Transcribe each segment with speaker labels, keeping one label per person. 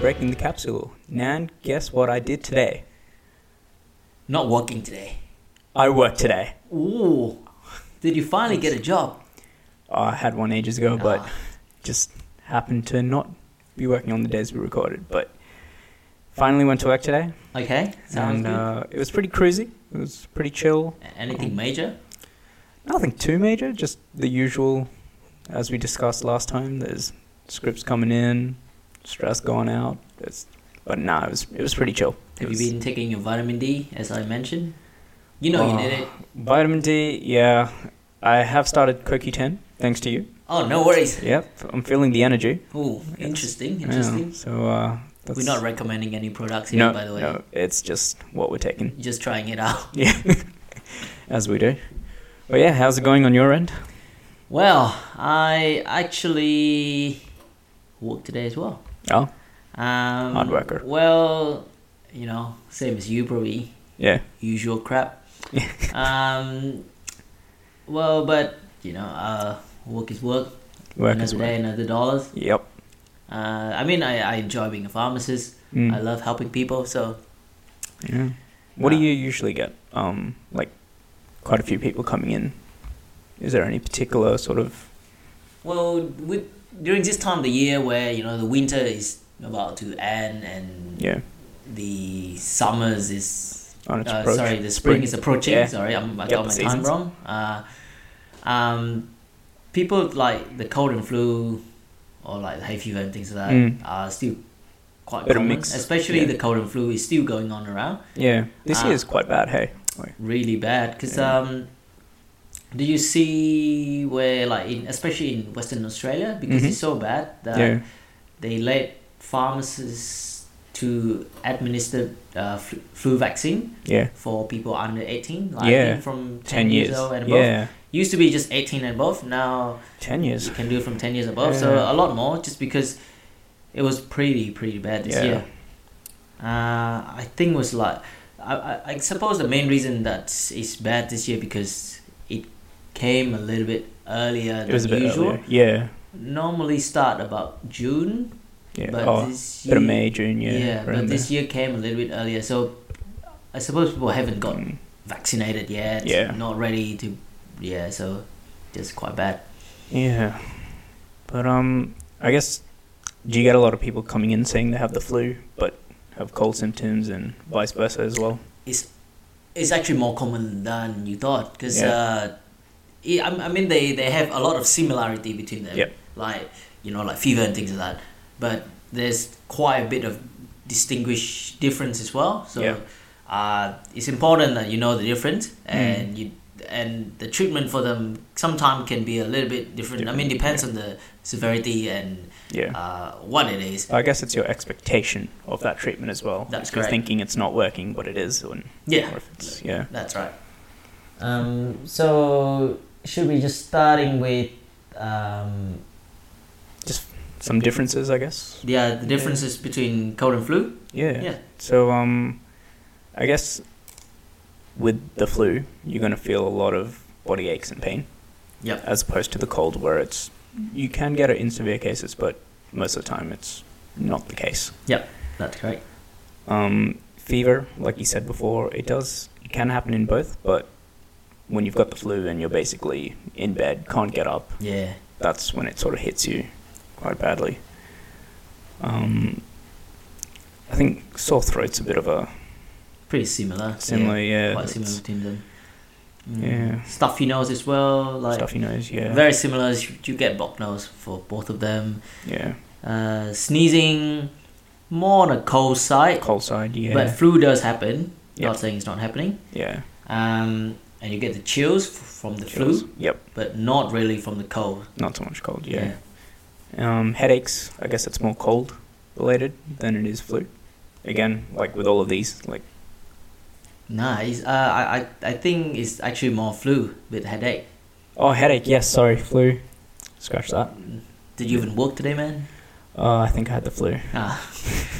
Speaker 1: breaking the capsule. Nan, guess what I did today?
Speaker 2: Not working today.
Speaker 1: I worked today.
Speaker 2: Ooh. Did you finally get a job?
Speaker 1: I had one ages ago, but
Speaker 2: Ah.
Speaker 1: just happened to not be working on the days we recorded. But finally went to work today,
Speaker 2: Okay. Sounds
Speaker 1: and
Speaker 2: good.
Speaker 1: uh, it was pretty cruisy. It was pretty chill.
Speaker 2: A- Anything major?
Speaker 1: Nothing too major, just the usual, as we discussed last time. There's scripts coming in, stress going out. It's, but nah, it was it was pretty chill. It
Speaker 2: Have
Speaker 1: was-
Speaker 2: you been taking your vitamin D as I mentioned? You know you
Speaker 1: Oh.
Speaker 2: did it.
Speaker 1: Vitamin D, yeah. I have started CoQ10, thanks to you.
Speaker 2: Oh, no worries.
Speaker 1: Yep, I'm feeling the energy.
Speaker 2: Ooh,
Speaker 1: Yes.
Speaker 2: interesting,
Speaker 1: Yeah,
Speaker 2: interesting.
Speaker 1: so, uh, that's,
Speaker 2: We're not recommending any products here,
Speaker 1: no,
Speaker 2: by the way.
Speaker 1: no, it's just what we're taking.
Speaker 2: Just trying it out.
Speaker 1: Yeah, as we do. But yeah, how's it going on your end?
Speaker 2: Well, I actually worked today as well.
Speaker 1: Oh,
Speaker 2: Um,
Speaker 1: Hard worker.
Speaker 2: Well, you know, same as you probably.
Speaker 1: yeah.
Speaker 2: Usual crap. um, well, but you know, uh, work is work.
Speaker 1: Work
Speaker 2: another
Speaker 1: as well.
Speaker 2: day, another dollars.
Speaker 1: Yep.
Speaker 2: Uh, I mean, I, I enjoy being a pharmacist.
Speaker 1: Mm,
Speaker 2: I love helping people. So
Speaker 1: yeah. What
Speaker 2: Uh,
Speaker 1: do you usually get? Um, like, quite a few people coming in. Is there any particular sort of.
Speaker 2: Well, we, during this time of the year where you know the winter is about to end and
Speaker 1: Yeah,
Speaker 2: the summers is
Speaker 1: on its
Speaker 2: uh,
Speaker 1: approach?
Speaker 2: sorry the spring, is approaching.
Speaker 1: Yeah.
Speaker 2: Sorry, I'm, I
Speaker 1: Get
Speaker 2: got
Speaker 1: the
Speaker 2: my time
Speaker 1: seasons.
Speaker 2: wrong. Uh, um, people like the cold and flu or like the hay fever and things like that
Speaker 1: Mm.
Speaker 2: are still quite
Speaker 1: Bit of
Speaker 2: common.
Speaker 1: mix.
Speaker 2: Especially
Speaker 1: Yeah.
Speaker 2: the cold and flu is still going on around
Speaker 1: Yeah, this
Speaker 2: Ah.
Speaker 1: year is quite bad, hey?
Speaker 2: really bad because
Speaker 1: Yeah.
Speaker 2: um do you see where like in especially in western australia because
Speaker 1: Mhm.
Speaker 2: it's so bad that
Speaker 1: yeah.
Speaker 2: they let pharmacists to administer uh, flu, flu vaccine
Speaker 1: Yeah.
Speaker 2: for people under 18 like I
Speaker 1: Yeah.
Speaker 2: think from 10,
Speaker 1: 10
Speaker 2: years,
Speaker 1: years.
Speaker 2: old and above
Speaker 1: Yeah.
Speaker 2: used to be just 18 and above now
Speaker 1: 10 years.
Speaker 2: you can do it from 10 years above so
Speaker 1: Yeah.
Speaker 2: a lot more just because it was pretty pretty bad this
Speaker 1: Yeah.
Speaker 2: year uh, i think it was like I, I, I suppose the main reason that it's bad this year because it came a little bit earlier
Speaker 1: It was a
Speaker 2: than
Speaker 1: bit
Speaker 2: usual
Speaker 1: earlier. Yeah.
Speaker 2: normally start about june
Speaker 1: Yeah.
Speaker 2: but
Speaker 1: oh,
Speaker 2: this
Speaker 1: bit
Speaker 2: year,
Speaker 1: of May, June, yeah.
Speaker 2: yeah,
Speaker 1: around
Speaker 2: but this year came a little bit earlier, so I suppose people haven't
Speaker 1: there.
Speaker 2: got
Speaker 1: Mm,
Speaker 2: vaccinated yet.
Speaker 1: Yeah.
Speaker 2: not ready to. Yeah, so just quite bad.
Speaker 1: Yeah. But, um, I guess, do you get a lot of people coming in saying they have the flu, but have cold symptoms and vice versa as well?
Speaker 2: It's actually more common than you thought because
Speaker 1: Yeah.
Speaker 2: uh, it- I I mean they they have a lot of similarity between them.
Speaker 1: Yep.
Speaker 2: like you know like fever and things like that, but there's quite a bit of distinguished difference as well. So.
Speaker 1: Yeah.
Speaker 2: Uh, it's important that you know the difference
Speaker 1: Mm.
Speaker 2: and you and the treatment for them sometimes can be a little bit different. I mean,
Speaker 1: Different,
Speaker 2: depends on the severity and
Speaker 1: Yeah.
Speaker 2: uh, what it is.
Speaker 1: I guess it's your expectation of that treatment as well.
Speaker 2: That's
Speaker 1: If you're
Speaker 2: correct.
Speaker 1: thinking it's not working, but it is. When,
Speaker 2: Yeah,
Speaker 1: Or if it's, yeah.
Speaker 2: that's right. Um, so should we just starting with um,
Speaker 1: Some differences, I guess.
Speaker 2: yeah the differences between cold and flu?
Speaker 1: Yeah.
Speaker 2: Yeah.
Speaker 1: So, um, I guess with the flu, you're going to feel a lot of body aches and pain.
Speaker 2: Yep.
Speaker 1: As opposed to the cold, where it's you can get it in severe cases, but most of the time it's not the case.
Speaker 2: That's correct.
Speaker 1: Um, fever, like you said before, it does it can happen in both, but when you've got the flu and you're basically in bed, can't get up,
Speaker 2: Yeah.
Speaker 1: that's when it sort of hits you quite badly. Um, I think sore throat's a bit of a
Speaker 2: Pretty similar.
Speaker 1: similar, yeah,
Speaker 2: Yeah, quite similar
Speaker 1: it's
Speaker 2: between them. Mm.
Speaker 1: Yeah.
Speaker 2: Stuffy nose as well. Like
Speaker 1: stuffy nose, yeah,
Speaker 2: very similar. as You you get blocked nose for both of them.
Speaker 1: yeah,
Speaker 2: Uh, sneezing, more on the cold side,
Speaker 1: cold side, yeah,
Speaker 2: but flu does happen.
Speaker 1: Yeah.
Speaker 2: Not saying it's not happening.
Speaker 1: yeah,
Speaker 2: Um, and you get the chills f- from the
Speaker 1: chills,
Speaker 2: flu,
Speaker 1: yep,
Speaker 2: but not really from the cold.
Speaker 1: not so much cold, yeah. Um, headaches, I guess it's more cold related than it is flu. Again, like with all of these, like
Speaker 2: Nah, it's, uh, I, I, I think it's actually more flu with headache.
Speaker 1: oh headache, yes, sorry, flu. Scratch that.
Speaker 2: Did you even work today, man?
Speaker 1: Uh, I think I had the flu.
Speaker 2: Ah.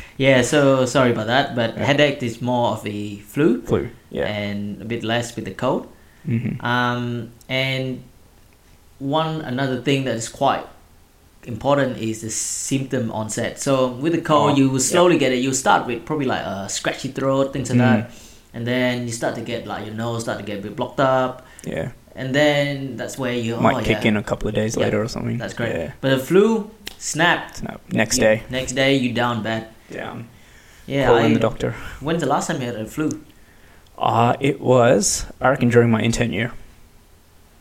Speaker 2: yeah, so sorry about that, but
Speaker 1: Yeah.
Speaker 2: headache is more of a flu
Speaker 1: Flu, yeah.
Speaker 2: and a bit less with the cold.
Speaker 1: Mm-hmm.
Speaker 2: Um, and one another thing that is quite important is the symptom onset. So with the cold,
Speaker 1: Oh,
Speaker 2: you will slowly get it. You start with probably like a scratchy throat, things like that,
Speaker 1: Mm.
Speaker 2: and then you start to get like your nose start to get a bit blocked up,
Speaker 1: Yeah.
Speaker 2: and then that's where you
Speaker 1: Might
Speaker 2: oh,
Speaker 1: kick
Speaker 2: yeah,
Speaker 1: in a couple of days
Speaker 2: Yeah,
Speaker 1: later or something.
Speaker 2: That's great.
Speaker 1: Yeah.
Speaker 2: But the flu, snap.
Speaker 1: Snap. Next
Speaker 2: You-
Speaker 1: day,
Speaker 2: Next day, you down bad.
Speaker 1: down.
Speaker 2: Yeah.
Speaker 1: Calling the
Speaker 2: I,
Speaker 1: doctor.
Speaker 2: when's the last time you had a flu?
Speaker 1: Uh, it was, I reckon, during my intern year.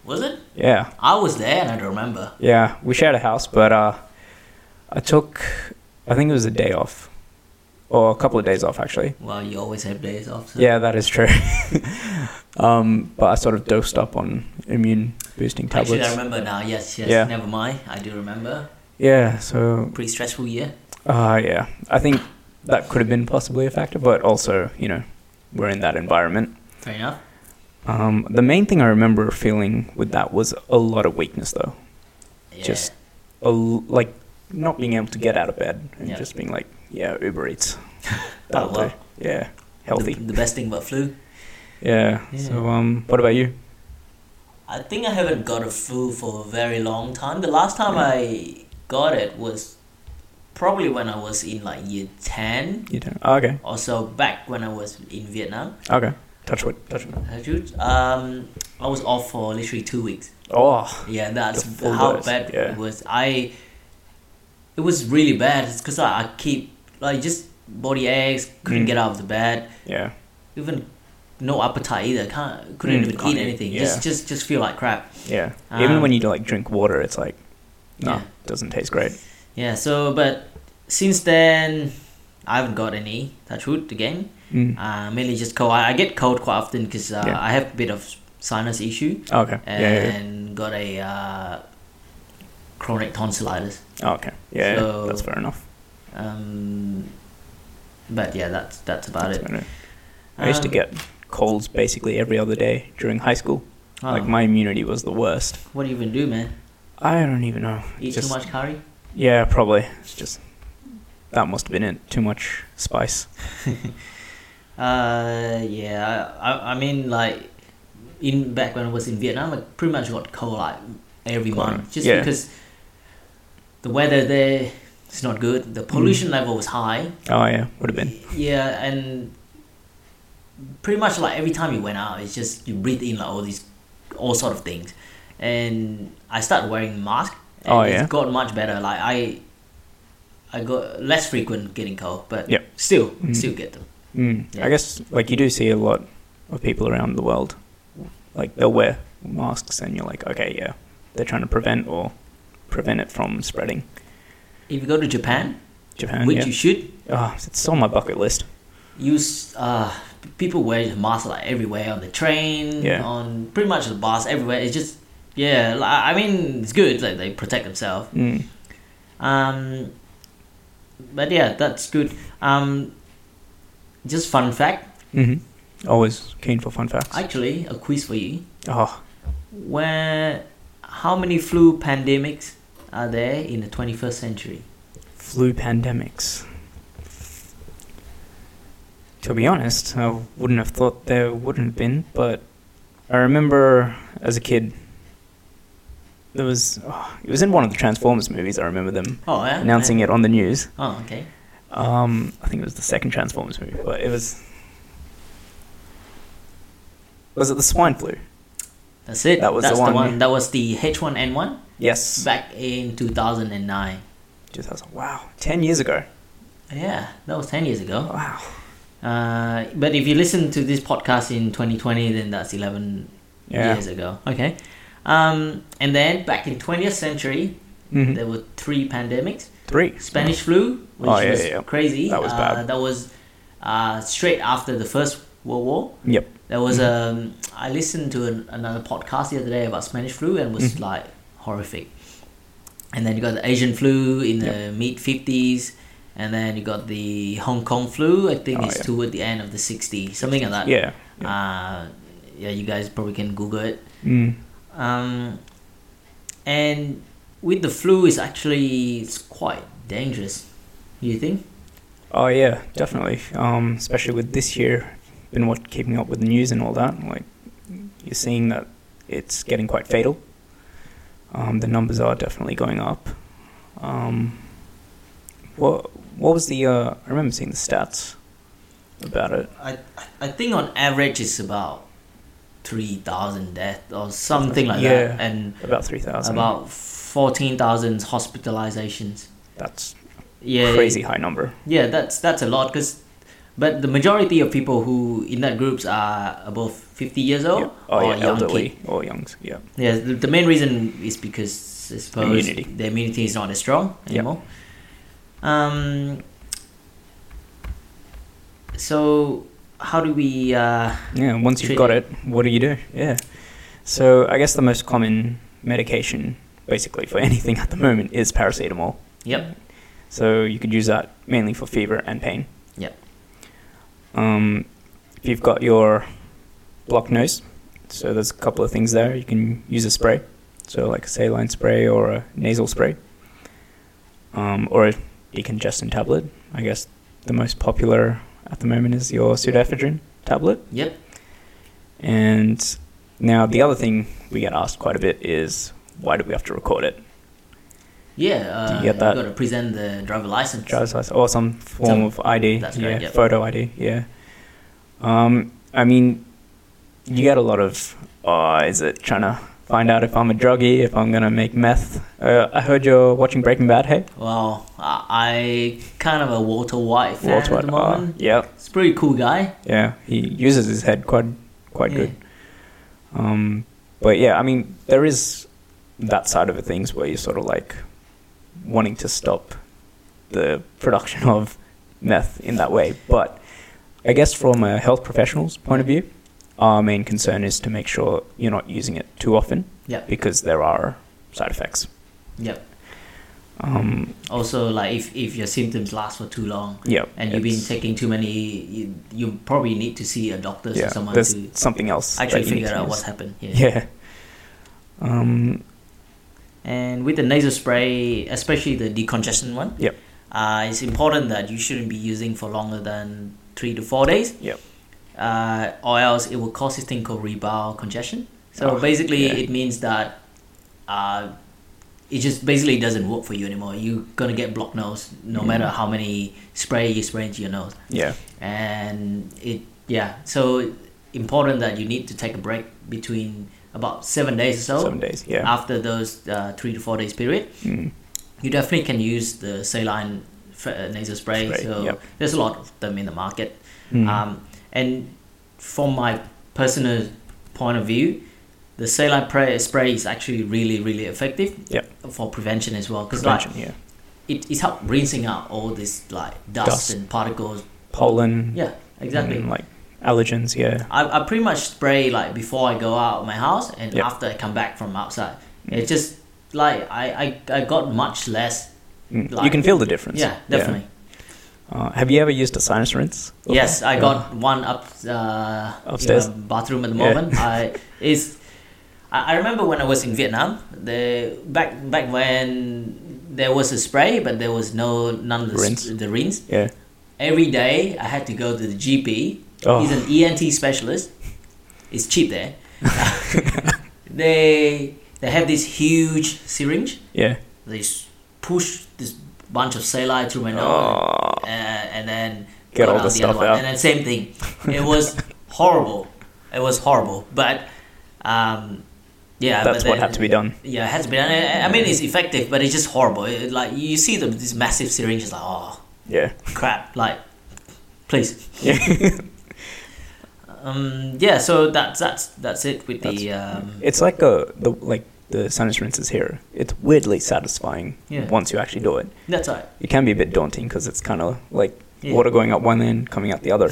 Speaker 2: Was it?
Speaker 1: Yeah.
Speaker 2: I was there and I don't remember.
Speaker 1: Yeah. We shared a house, but uh, I took, I think it was a day off, or a couple of days off, actually.
Speaker 2: Well, you always have days off. so-
Speaker 1: Yeah, that is true. um, but I sort of dosed up on immune boosting
Speaker 2: Actually, I
Speaker 1: tablets.
Speaker 2: remember now. Yes, yes.
Speaker 1: Yeah.
Speaker 2: Never mind. I do remember.
Speaker 1: Yeah, so
Speaker 2: Pretty stressful year.
Speaker 1: uh, yeah, I think that could have been possibly a factor, but also you know we're in that environment.
Speaker 2: Fair enough.
Speaker 1: Um, the main thing I remember feeling with that was a lot of weakness, though.
Speaker 2: Yeah.
Speaker 1: Just a l- like not being able to get out of bed and
Speaker 2: Yeah.
Speaker 1: just being like, yeah, Uber Eats.
Speaker 2: Oh, well.
Speaker 1: day. Yeah, healthy.
Speaker 2: The, the best thing about flu.
Speaker 1: yeah.
Speaker 2: Yeah.
Speaker 1: So um, what about you?
Speaker 2: I think I haven't got a flu for a very long time. The last time I got it was probably when I was in like year 10
Speaker 1: You don't. Oh, okay.
Speaker 2: or so back when I was in Vietnam.
Speaker 1: Okay. Touch wood. Touch wood.
Speaker 2: Um, I was off for literally two weeks.
Speaker 1: Oh.
Speaker 2: Yeah, that's
Speaker 1: The full
Speaker 2: how
Speaker 1: worst,
Speaker 2: bad
Speaker 1: yeah.
Speaker 2: it was. I it was really bad because I, I keep like just body aches, couldn't
Speaker 1: Mm.
Speaker 2: get out of the bed,
Speaker 1: Yeah.
Speaker 2: even no appetite either. Can't couldn't
Speaker 1: Mm,
Speaker 2: even
Speaker 1: can't
Speaker 2: eat
Speaker 1: eat,
Speaker 2: anything.
Speaker 1: yeah.
Speaker 2: Just just just feel like crap.
Speaker 1: Yeah. Even
Speaker 2: Um,
Speaker 1: when you like drink water, it's like, no,
Speaker 2: Yeah.
Speaker 1: doesn't taste great.
Speaker 2: Yeah. So, but since then, I haven't got any touch wood again.
Speaker 1: Mm.
Speaker 2: Uh, mainly just cold. I, I get cold quite often because uh,
Speaker 1: Yeah.
Speaker 2: I have a bit of sinus issue
Speaker 1: Okay. Yeah,
Speaker 2: and
Speaker 1: yeah.
Speaker 2: got a uh, chronic tonsillitis.
Speaker 1: yeah. Oh, Okay. Yeah. yeah,
Speaker 2: uh, So-
Speaker 1: that's fair enough.
Speaker 2: Um, but yeah, that's that's about
Speaker 1: That's
Speaker 2: it.
Speaker 1: fair enough. I used to
Speaker 2: Um,
Speaker 1: get colds basically every other day during high school.
Speaker 2: oh,
Speaker 1: Like my immunity was the worst.
Speaker 2: what do you even do, man?
Speaker 1: I don't even know.
Speaker 2: Eat
Speaker 1: Just-
Speaker 2: too much curry?
Speaker 1: Yeah, probably. It's just that must have been it. Too much spice.
Speaker 2: Uh, yeah. I, I, I mean, like in back when I was in Vietnam, I pretty much got cold like every
Speaker 1: Cold,
Speaker 2: month, just
Speaker 1: yeah.
Speaker 2: because the weather there is not good. The pollution level was high.
Speaker 1: Oh yeah, would have been.
Speaker 2: Yeah, and pretty much like every time you went out, it's just you breathe in like all these, all sort of things, and I started wearing mask. And
Speaker 1: Oh,
Speaker 2: it's
Speaker 1: yeah?
Speaker 2: got much better. Like I, I got less frequent getting cold, but
Speaker 1: Yep.
Speaker 2: still,
Speaker 1: Mm.
Speaker 2: still get them.
Speaker 1: Mm.
Speaker 2: Yeah.
Speaker 1: I guess like you do see a lot of people around the world, like they'll wear masks, and you're like, okay, yeah, they're trying to prevent or prevent it from spreading.
Speaker 2: If you go to Japan,
Speaker 1: Japan,
Speaker 2: which
Speaker 1: yeah.
Speaker 2: you should,
Speaker 1: Oh, it's on my bucket list.
Speaker 2: use uh, people wear mask like everywhere on the train,
Speaker 1: Yeah.
Speaker 2: on pretty much the bus, everywhere. It's just yeah. Like, I mean, it's good. Like they protect themselves.
Speaker 1: Mm.
Speaker 2: Um, but yeah, that's good. Um, just fun fact,
Speaker 1: Mm-hmm. Always keen for fun facts.
Speaker 2: actually, a quiz for you.
Speaker 1: oh,
Speaker 2: Where, how many flu pandemics are there in the twenty first century?
Speaker 1: flu pandemics. To be honest, I wouldn't have thought there wouldn't have been, but I remember as a kid, there was oh, it was in one of the Transformers movies. I remember them
Speaker 2: Oh, yeah.
Speaker 1: announcing it on the news.
Speaker 2: Oh, okay.
Speaker 1: Um, I think it was the second Transformers movie, but it was was it the swine flu?
Speaker 2: That's it.
Speaker 1: That was
Speaker 2: that's
Speaker 1: the one-
Speaker 2: That was the H one N one
Speaker 1: Yes,
Speaker 2: back in two thousand and nine.
Speaker 1: just I was like, wow, ten years ago.
Speaker 2: Yeah, that was ten years ago.
Speaker 1: Wow.
Speaker 2: Uh, but if you listen to this podcast in twenty twenty, then that's eleven
Speaker 1: Yeah.
Speaker 2: years ago. Okay. Um, and then back in 20th century,
Speaker 1: Mhm.
Speaker 2: there were three pandemics.
Speaker 1: Three.
Speaker 2: Spanish flu, which
Speaker 1: Oh, yeah,
Speaker 2: was
Speaker 1: yeah, yeah.
Speaker 2: crazy.
Speaker 1: That was
Speaker 2: Uh,
Speaker 1: bad.
Speaker 2: That was uh, straight after the First World War.
Speaker 1: Yep.
Speaker 2: There was
Speaker 1: Mm-hmm.
Speaker 2: um, I listened to an, another podcast the other day about Spanish flu and was
Speaker 1: Mhm.
Speaker 2: like horrific. And then you got the Asian flu in the mid 50s. And then you got the Hong Kong flu. I think
Speaker 1: Oh,
Speaker 2: it's
Speaker 1: yeah.
Speaker 2: toward the end of the 60s, something like that.
Speaker 1: Yeah.
Speaker 2: Uh, yeah, you guys probably can Google it.
Speaker 1: Mm.
Speaker 2: Um, and with the flu, it's actually it's quite dangerous. You think?
Speaker 1: Oh yeah, definitely. Um, especially with this year, been what keeping up with the news and all that. Like, you're seeing that it's getting quite fatal. Um, the numbers are definitely going up. Um, what what was the? Uh, I remember seeing the stats about it.
Speaker 2: I I think on average it's about three thousand deaths or something like
Speaker 1: Yeah.
Speaker 2: that, and
Speaker 1: About three thousand.
Speaker 2: about fourteen thousand hospitalizations.
Speaker 1: that's
Speaker 2: Yeah,
Speaker 1: crazy high number.
Speaker 2: Yeah, that's that's a lot because, but the majority of people who in that groups are above fifty years old
Speaker 1: Yeah. Oh
Speaker 2: or
Speaker 1: yeah,
Speaker 2: young
Speaker 1: elderly
Speaker 2: kid.
Speaker 1: or youngs. Yeah.
Speaker 2: Yeah, the, the main reason is because I suppose
Speaker 1: Immunity.
Speaker 2: the immunity is not as strong
Speaker 1: Yep.
Speaker 2: anymore. Um. So, how do we? Uh,
Speaker 1: Yeah, and once you've got it, what do you do? Yeah. So I guess the most common medication, basically for anything at the moment, is paracetamol.
Speaker 2: yep.
Speaker 1: So you could use that mainly for fever and pain.
Speaker 2: Yep.
Speaker 1: Um, if you've got your blocked nose, so there's a couple of things there. You can use a spray, so like a saline spray or a nasal spray, um, or a decongestant tablet. I guess the most popular at the moment is your pseudoephedrine tablet.
Speaker 2: Yep.
Speaker 1: And now the other thing we get asked quite a bit is why do we have to record it?
Speaker 2: Yeah. Uh,
Speaker 1: Do you get that?
Speaker 2: got to present the driver license.
Speaker 1: driver's license or some form
Speaker 2: Some-
Speaker 1: of ID.
Speaker 2: that's
Speaker 1: yeah,
Speaker 2: correct, yep.
Speaker 1: photo ID. Yeah. Um, I mean, you get a lot of, oh, is it trying to find out if I'm a druggie, if I'm gonna make meth? Uh, I heard you're watching Breaking Bad. Hey,
Speaker 2: Well, I, I kind of a Walter White fan
Speaker 1: Walter
Speaker 2: at the
Speaker 1: White, ah,
Speaker 2: moment.
Speaker 1: yeah,
Speaker 2: It's a pretty cool guy.
Speaker 1: yeah. He uses his head quite, quite
Speaker 2: Yeah.
Speaker 1: good. Um, but yeah, I mean, there is that side of it things where you're sort of like wanting to stop the production of meth in that way. But I guess from a health professional's point of view, our main concern is to make sure you're not using it too often
Speaker 2: Yeah.
Speaker 1: because there are side effects.
Speaker 2: Yep.
Speaker 1: Um,
Speaker 2: Also, like if, if your symptoms last for too long
Speaker 1: yeah.
Speaker 2: and you've been
Speaker 1: it's-
Speaker 2: taking too many, you, you probably need to see a doctor or
Speaker 1: yeah,
Speaker 2: someone
Speaker 1: there's
Speaker 2: to
Speaker 1: something else. that
Speaker 2: actually
Speaker 1: you need
Speaker 2: figure
Speaker 1: to
Speaker 2: out
Speaker 1: use.
Speaker 2: what's happened. Yeah.
Speaker 1: Yeah. Um,
Speaker 2: And with the nasal spray, especially the decongestion one,
Speaker 1: Yep.
Speaker 2: uh, it's important that you shouldn't be using for longer than three to four days.
Speaker 1: Yep.
Speaker 2: Uh, or else it will cause this thing called rebowel congestion. So
Speaker 1: Oh,
Speaker 2: basically,
Speaker 1: yeah.
Speaker 2: it means that uh, it just basically doesn't work for you anymore. You're gonna get blocked nose no
Speaker 1: Yeah.
Speaker 2: matter how many spray you spray into your nose,
Speaker 1: yeah.
Speaker 2: and it yeah. So important that you need to take a break between about seven days or so
Speaker 1: Seven days. Yeah.
Speaker 2: after those uh, three to four days period,
Speaker 1: Mm.
Speaker 2: you definitely can use the saline f- uh, nasal spray.
Speaker 1: Spray,
Speaker 2: so
Speaker 1: yep.
Speaker 2: there's a lot of them in the market.
Speaker 1: Mm.
Speaker 2: Um, and from my personal point of view, the saline pra- spray is actually really, really effective
Speaker 1: Yep.
Speaker 2: for prevention as well. Because like
Speaker 1: Prevention, yeah.
Speaker 2: it, it's helped rinsing out all this like dust,
Speaker 1: Dust. Mm-hmm.
Speaker 2: and particles.
Speaker 1: Pollen.
Speaker 2: Yeah, exactly.
Speaker 1: and, like allergens, yeah.
Speaker 2: I, I pretty much spray like before I go out of my house and
Speaker 1: Yep.
Speaker 2: after I come back from outside.
Speaker 1: Mm.
Speaker 2: It's just like I, I, I got much less.
Speaker 1: Mm. you
Speaker 2: like-
Speaker 1: can feel the difference.
Speaker 2: Yeah, definitely.
Speaker 1: Uh, have you ever used a sinus rinse? before?
Speaker 2: Yes, I
Speaker 1: Yeah.
Speaker 2: got one up uh,
Speaker 1: Upstairs?
Speaker 2: in the bathroom at the
Speaker 1: Yeah.
Speaker 2: moment. I is I, I remember when I was in Vietnam. The back back when there was a spray, but there was no none of the
Speaker 1: Rinse.
Speaker 2: rinse. the rinse.
Speaker 1: Yeah.
Speaker 2: Every day I had to go to the GP.
Speaker 1: Oh,
Speaker 2: He's an ENT specialist. It's cheap there. they they have this huge syringe.
Speaker 1: yeah.
Speaker 2: They s- push this bunch of saline through my nose,
Speaker 1: Oh,
Speaker 2: uh, and then
Speaker 1: get
Speaker 2: put
Speaker 1: all
Speaker 2: out
Speaker 1: the stuff
Speaker 2: other one.
Speaker 1: out.
Speaker 2: And then same thing. It was horrible. It was horrible. But um, yeah,
Speaker 1: That's
Speaker 2: but
Speaker 1: what
Speaker 2: then-
Speaker 1: had to be done.
Speaker 2: Yeah, it had to be done. I, I mean, it's effective, but it's just horrible. It, like you see the, these massive syringes, like oh
Speaker 1: Yeah.
Speaker 2: crap, like please.
Speaker 1: Yeah.
Speaker 2: Um, yeah, so that's that's that's it with the um,
Speaker 1: it's like a the like the sinus rinses here. It's weirdly satisfying
Speaker 2: Yeah.
Speaker 1: once you actually do it.
Speaker 2: that's right.
Speaker 1: It can be a bit daunting because it's kind of like
Speaker 2: Yeah.
Speaker 1: water going up one end, coming out the other.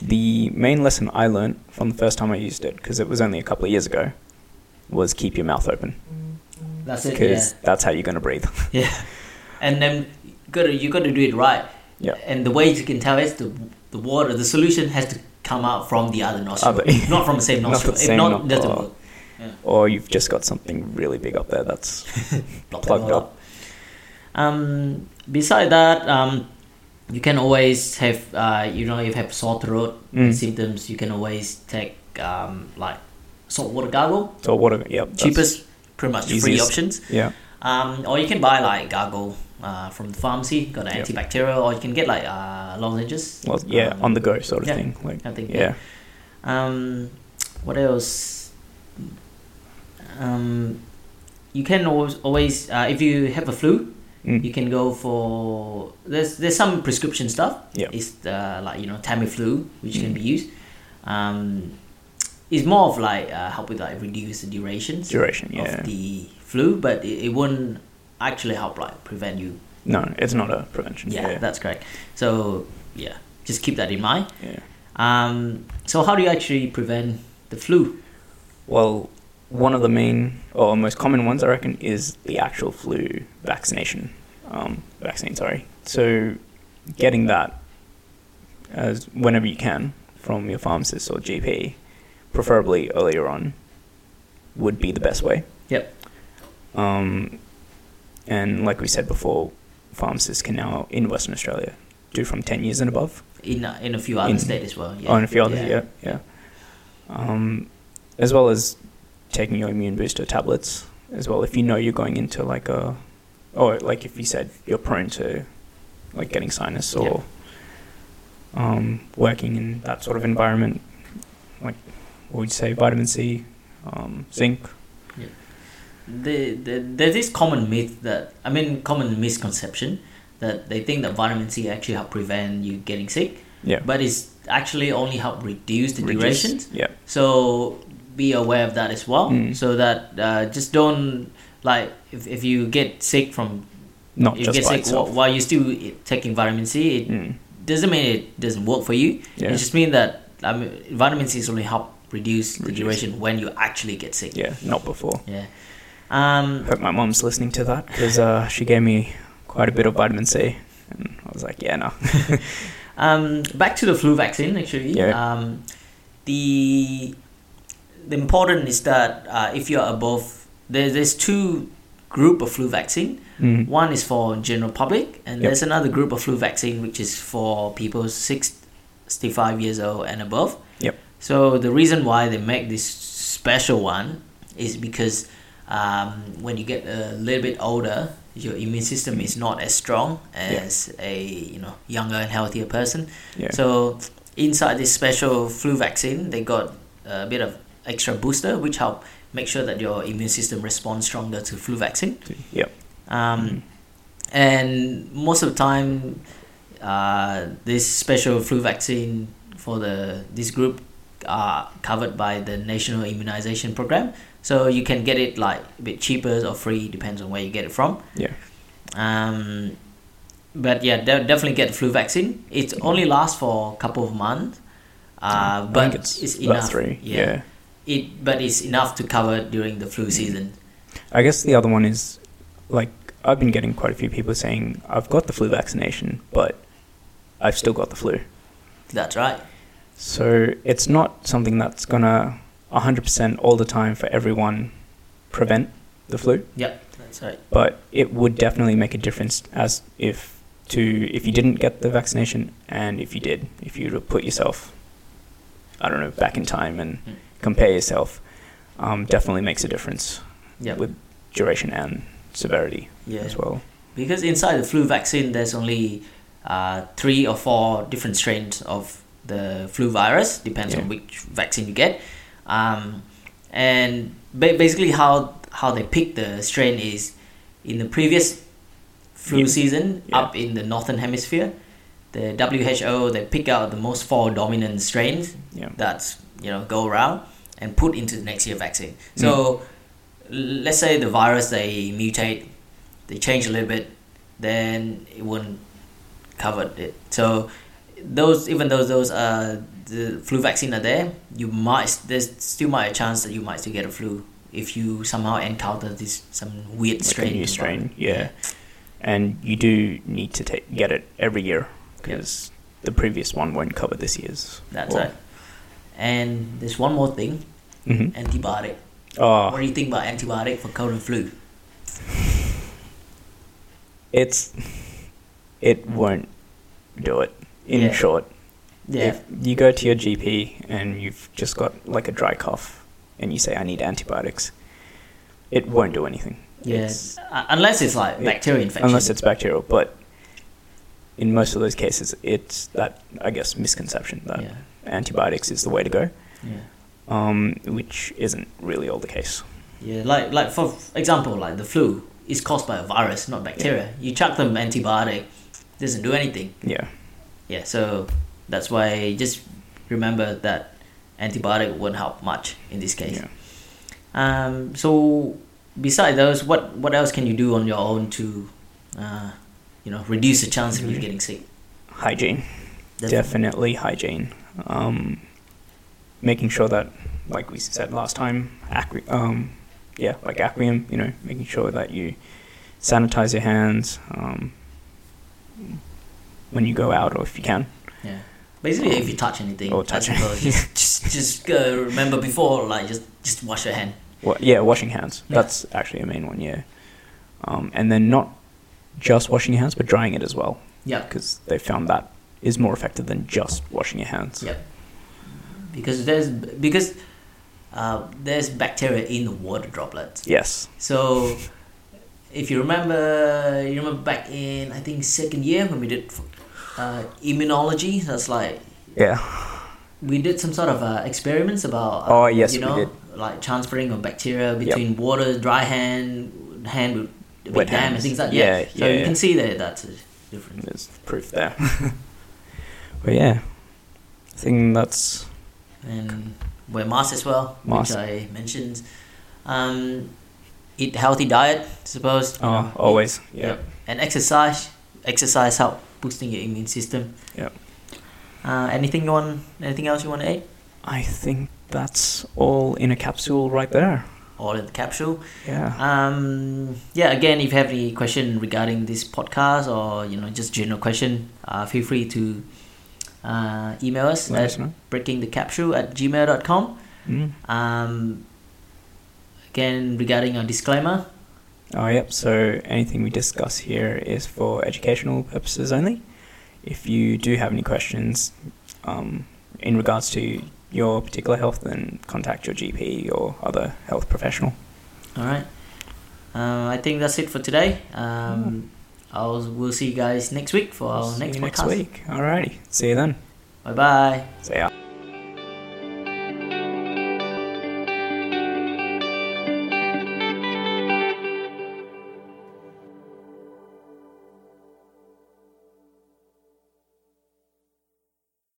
Speaker 1: The main lesson I learned from the first time I used it, because it was only a couple of years ago, was keep your mouth open
Speaker 2: That's it. Yeah.
Speaker 1: because that's how you're going to breathe.
Speaker 2: yeah and then you gotta you gotta do it right
Speaker 1: Yeah.
Speaker 2: and the way you can tell is the the water the solution has to come out from the other nostril
Speaker 1: Other-
Speaker 2: not from the same
Speaker 1: Not
Speaker 2: nostril
Speaker 1: the
Speaker 2: if
Speaker 1: same
Speaker 2: not
Speaker 1: nostril. Oh,
Speaker 2: it doesn't work
Speaker 1: or you've just got something really big up there that's
Speaker 2: Block
Speaker 1: Plugged
Speaker 2: them all um beside that um you can always have uh you know if you have sore throat
Speaker 1: Mm.
Speaker 2: symptoms you can always take um like salt water gargle
Speaker 1: or water. Yeah, that's-
Speaker 2: cheapest pretty much free
Speaker 1: Easiest.
Speaker 2: options
Speaker 1: Yeah,
Speaker 2: Um, or you can buy like gargle uh, from the pharmacy, got an
Speaker 1: Yep.
Speaker 2: antibacterial, or you can get like uh, lozenges.
Speaker 1: Well, yeah,
Speaker 2: Um,
Speaker 1: on the go sort of
Speaker 2: yeah.
Speaker 1: thing. Like,
Speaker 2: I think.
Speaker 1: yeah,
Speaker 2: Um, what else? Um, you can always, always uh, if you have a flu,
Speaker 1: Mm.
Speaker 2: you can go for there's there's some prescription stuff.
Speaker 1: Yeah.
Speaker 2: It's uh, like you know Tamiflu, which can
Speaker 1: Mm.
Speaker 2: be used. Um, it's more of like uh, help with like reduce the durations
Speaker 1: duration. Yeah,
Speaker 2: of the flu, but it, it won't actually help like prevent you.
Speaker 1: no, it's not a prevention.
Speaker 2: Yeah,
Speaker 1: Yeah,
Speaker 2: that's correct. So yeah, just keep that in mind.
Speaker 1: yeah.
Speaker 2: Um, so how do you actually prevent the flu?
Speaker 1: Well, one of the main or most common ones, I reckon, is the actual flu vaccination. Um, vaccine, sorry. So, getting that as whenever you can from your pharmacist or GP, preferably earlier on, would be the best way.
Speaker 2: Yep.
Speaker 1: Um, and like we said before, pharmacists can now in Western Australia do from ten years and above
Speaker 2: in a, in a few other
Speaker 1: In-
Speaker 2: states as well. Yeah.
Speaker 1: oh, and a few others, yeah, yeah. Um, as well as taking your immune booster tablets as well. If you know you're going into like a, or like if you said you're prone to, like getting sinus or, um, working in that sort of environment, like what would you say, vitamin C, um, zinc.
Speaker 2: The, the, there's this common myth that I mean common misconception that they think that vitamin C actually help prevent you getting sick,
Speaker 1: Yeah.
Speaker 2: but it's actually only help reduce the
Speaker 1: reduce-
Speaker 2: duration.
Speaker 1: Yeah.
Speaker 2: So be aware of that as well.
Speaker 1: Mm.
Speaker 2: So that uh, just don't like if, if you get sick from
Speaker 1: Not
Speaker 2: if you
Speaker 1: just
Speaker 2: get
Speaker 1: by
Speaker 2: sick while,
Speaker 1: itself.
Speaker 2: while you're still i- taking vitamin C, it
Speaker 1: Mm,
Speaker 2: doesn't mean it doesn't work for you.
Speaker 1: yeah.
Speaker 2: It just means that I mean, vitamin C is only help reduce the
Speaker 1: Reduce.
Speaker 2: duration when you actually get sick.
Speaker 1: yeah. Not before.
Speaker 2: Yeah. Um,
Speaker 1: Hope my mom's listening to that because uh, she gave me quite a bit of vitamin C, and I was like, yeah, no.
Speaker 2: um, back to the flu vaccine, actually.
Speaker 1: Yeah.
Speaker 2: Um, the the important is that uh, if you're above, there, there's two group of flu vaccine.
Speaker 1: Mm.
Speaker 2: One is for general public, and
Speaker 1: Yep.
Speaker 2: there's another group of flu vaccine which is for people 65 years old and above.
Speaker 1: Yep.
Speaker 2: So the reason why they make this special one is because um, when you get a little bit older, your immune system is not as strong as a you know younger and healthier person.
Speaker 1: Yeah.
Speaker 2: So inside this special flu vaccine, they got a bit of extra booster which help make sure that your immune system responds stronger to flu vaccine.
Speaker 1: yep.
Speaker 2: Um, and most of the time uh, this special flu vaccine for the this group are covered by the national immunization program so you can get it like a bit cheaper or free depends on where you get it from
Speaker 1: Yeah.
Speaker 2: um, but yeah de- definitely get the flu vaccine it only lasts for a couple of months uh,
Speaker 1: I think
Speaker 2: but it's,
Speaker 1: about
Speaker 2: enough
Speaker 1: Three.
Speaker 2: yeah.
Speaker 1: Yeah.
Speaker 2: it but it's enough to cover during the flu season
Speaker 1: I guess the other one is like I've been getting quite a few people saying I've got the flu vaccination, but I've still got the flu.
Speaker 2: that's right
Speaker 1: So it's not something that's gonna 100% all the time for everyone prevent the flu,
Speaker 2: yep that's right
Speaker 1: but it would definitely make a difference as if to if you didn't get the vaccination and if you did, if you were to put yourself I don't know back in time and
Speaker 2: Mm.
Speaker 1: compare yourself, um, definitely makes a difference.
Speaker 2: yep
Speaker 1: with duration and severity
Speaker 2: yeah
Speaker 1: as well.
Speaker 2: Because inside the flu vaccine, there's only uh, three or four different strains of the flu virus, depends on
Speaker 1: Yeah.
Speaker 2: which vaccine you get. Um, and ba- basically, how how they pick the strain is in the previous flu
Speaker 1: Yeah.
Speaker 2: season
Speaker 1: Yeah.
Speaker 2: up in the northern hemisphere, the WHO they pick out the most four dominant strains
Speaker 1: Yeah.
Speaker 2: that you know go around and put into the next year vaccine. So
Speaker 1: Hmm.
Speaker 2: l- let's say the virus they mutate, they change a little bit, then it wouldn't cover it. So those even though those uh the flu vaccine are there, you might there's still might a chance that you might still get a flu if you somehow encounter this some weird
Speaker 1: Like
Speaker 2: strain.
Speaker 1: a new strain,
Speaker 2: environment.
Speaker 1: yeah. And you do need to take, get it every year
Speaker 2: Yeah.
Speaker 1: because the previous one won't cover this year's.
Speaker 2: that's
Speaker 1: Well-
Speaker 2: right. And there's one more thing,
Speaker 1: hmm
Speaker 2: antibiotic. What
Speaker 1: Oh,
Speaker 2: do you think about antibiotic for cold and flu?
Speaker 1: it's it won't do it. In
Speaker 2: Yeah.
Speaker 1: short,
Speaker 2: Yeah.
Speaker 1: if you go to your GP and you've just got like a dry cough and you say I need antibiotics, it won't do anything. It's-
Speaker 2: Yes, unless it's like
Speaker 1: Yeah.
Speaker 2: bacteria infection.
Speaker 1: unless it's bacterial. But in most of those cases, it's that I guess misconception that
Speaker 2: yeah,
Speaker 1: antibiotics is the way to go,
Speaker 2: yeah,
Speaker 1: um, which isn't really all the case.
Speaker 2: yeah. Like like for example, like the flu is caused by a virus, not bacteria. You chuck them antibiotic, doesn't do anything.
Speaker 1: Yeah,
Speaker 2: Yeah, so that's why just remember that antibiotic won't help much in this case.
Speaker 1: yeah.
Speaker 2: Um, so besides those, what what else can you do on your own to, uh, you know, reduce the chance of you
Speaker 1: Mhm.
Speaker 2: getting sick?
Speaker 1: Hygiene,
Speaker 2: That's-
Speaker 1: definitely hygiene. Um, making sure that, like we said last time, acri- um, yeah, like Aquium, you know, making sure that you sanitize your hands um, when you go out or if you can.
Speaker 2: Yeah. Basically, if you touch anything,
Speaker 1: Or touch
Speaker 2: I suppose, just just, just uh, remember before, like just just wash your hand.
Speaker 1: Wa yeah, washing hands.
Speaker 2: Yeah.
Speaker 1: That's actually a main one, yeah. Um, and then not just washing your hands, but drying it as well,
Speaker 2: Yeah.
Speaker 1: because they found that is more effective than just washing your hands.
Speaker 2: Yep. Because there's because uh, there's bacteria in the water droplets.
Speaker 1: Yes.
Speaker 2: So if you remember, you remember back in I think second year when we did uh, immunology. That's like
Speaker 1: Yeah.
Speaker 2: we did some sort of uh, experiments about. Uh,
Speaker 1: Oh, yes,
Speaker 2: you
Speaker 1: we
Speaker 2: know,
Speaker 1: did.
Speaker 2: like transferring of bacteria between water, dry hand, hand with a big
Speaker 1: Wet
Speaker 2: dam and
Speaker 1: hands.
Speaker 2: things like that.
Speaker 1: Yeah,
Speaker 2: so
Speaker 1: yeah,
Speaker 2: you
Speaker 1: yeah.
Speaker 2: can see that that's a difference.
Speaker 1: There's proof there. but yeah, I think that's
Speaker 2: and wear masks as well,
Speaker 1: Mask.
Speaker 2: which I mentioned. Um, eat healthy diet, suppose. you
Speaker 1: oh,
Speaker 2: know,
Speaker 1: always.
Speaker 2: eat-
Speaker 1: Yeah.
Speaker 2: yep. And exercise. Exercise help boosting your immune system.
Speaker 1: Yep.
Speaker 2: Uh, anything you want? Anything else you want to eat?
Speaker 1: I think that's all in a capsule right there.
Speaker 2: All in the capsule.
Speaker 1: Yeah.
Speaker 2: Um, yeah. Again, if you have any question regarding this podcast or you know just general question, uh, feel free to uh, email us
Speaker 1: Let
Speaker 2: at
Speaker 1: us know.
Speaker 2: breakingthecapsule at gmail.com.
Speaker 1: Mm.
Speaker 2: Um, again, regarding our disclaimer,
Speaker 1: Oh, yep. So anything we discuss here is for educational purposes only. If you do have any questions um, in regards to your particular health, then contact your GP or other health professional.
Speaker 2: all right. Uh, I think that's it for today. Um, I'll we'll see you guys next week for our
Speaker 1: See
Speaker 2: next
Speaker 1: you
Speaker 2: podcast.
Speaker 1: next week. Alrighty. See you then.
Speaker 2: Bye bye.
Speaker 1: See ya.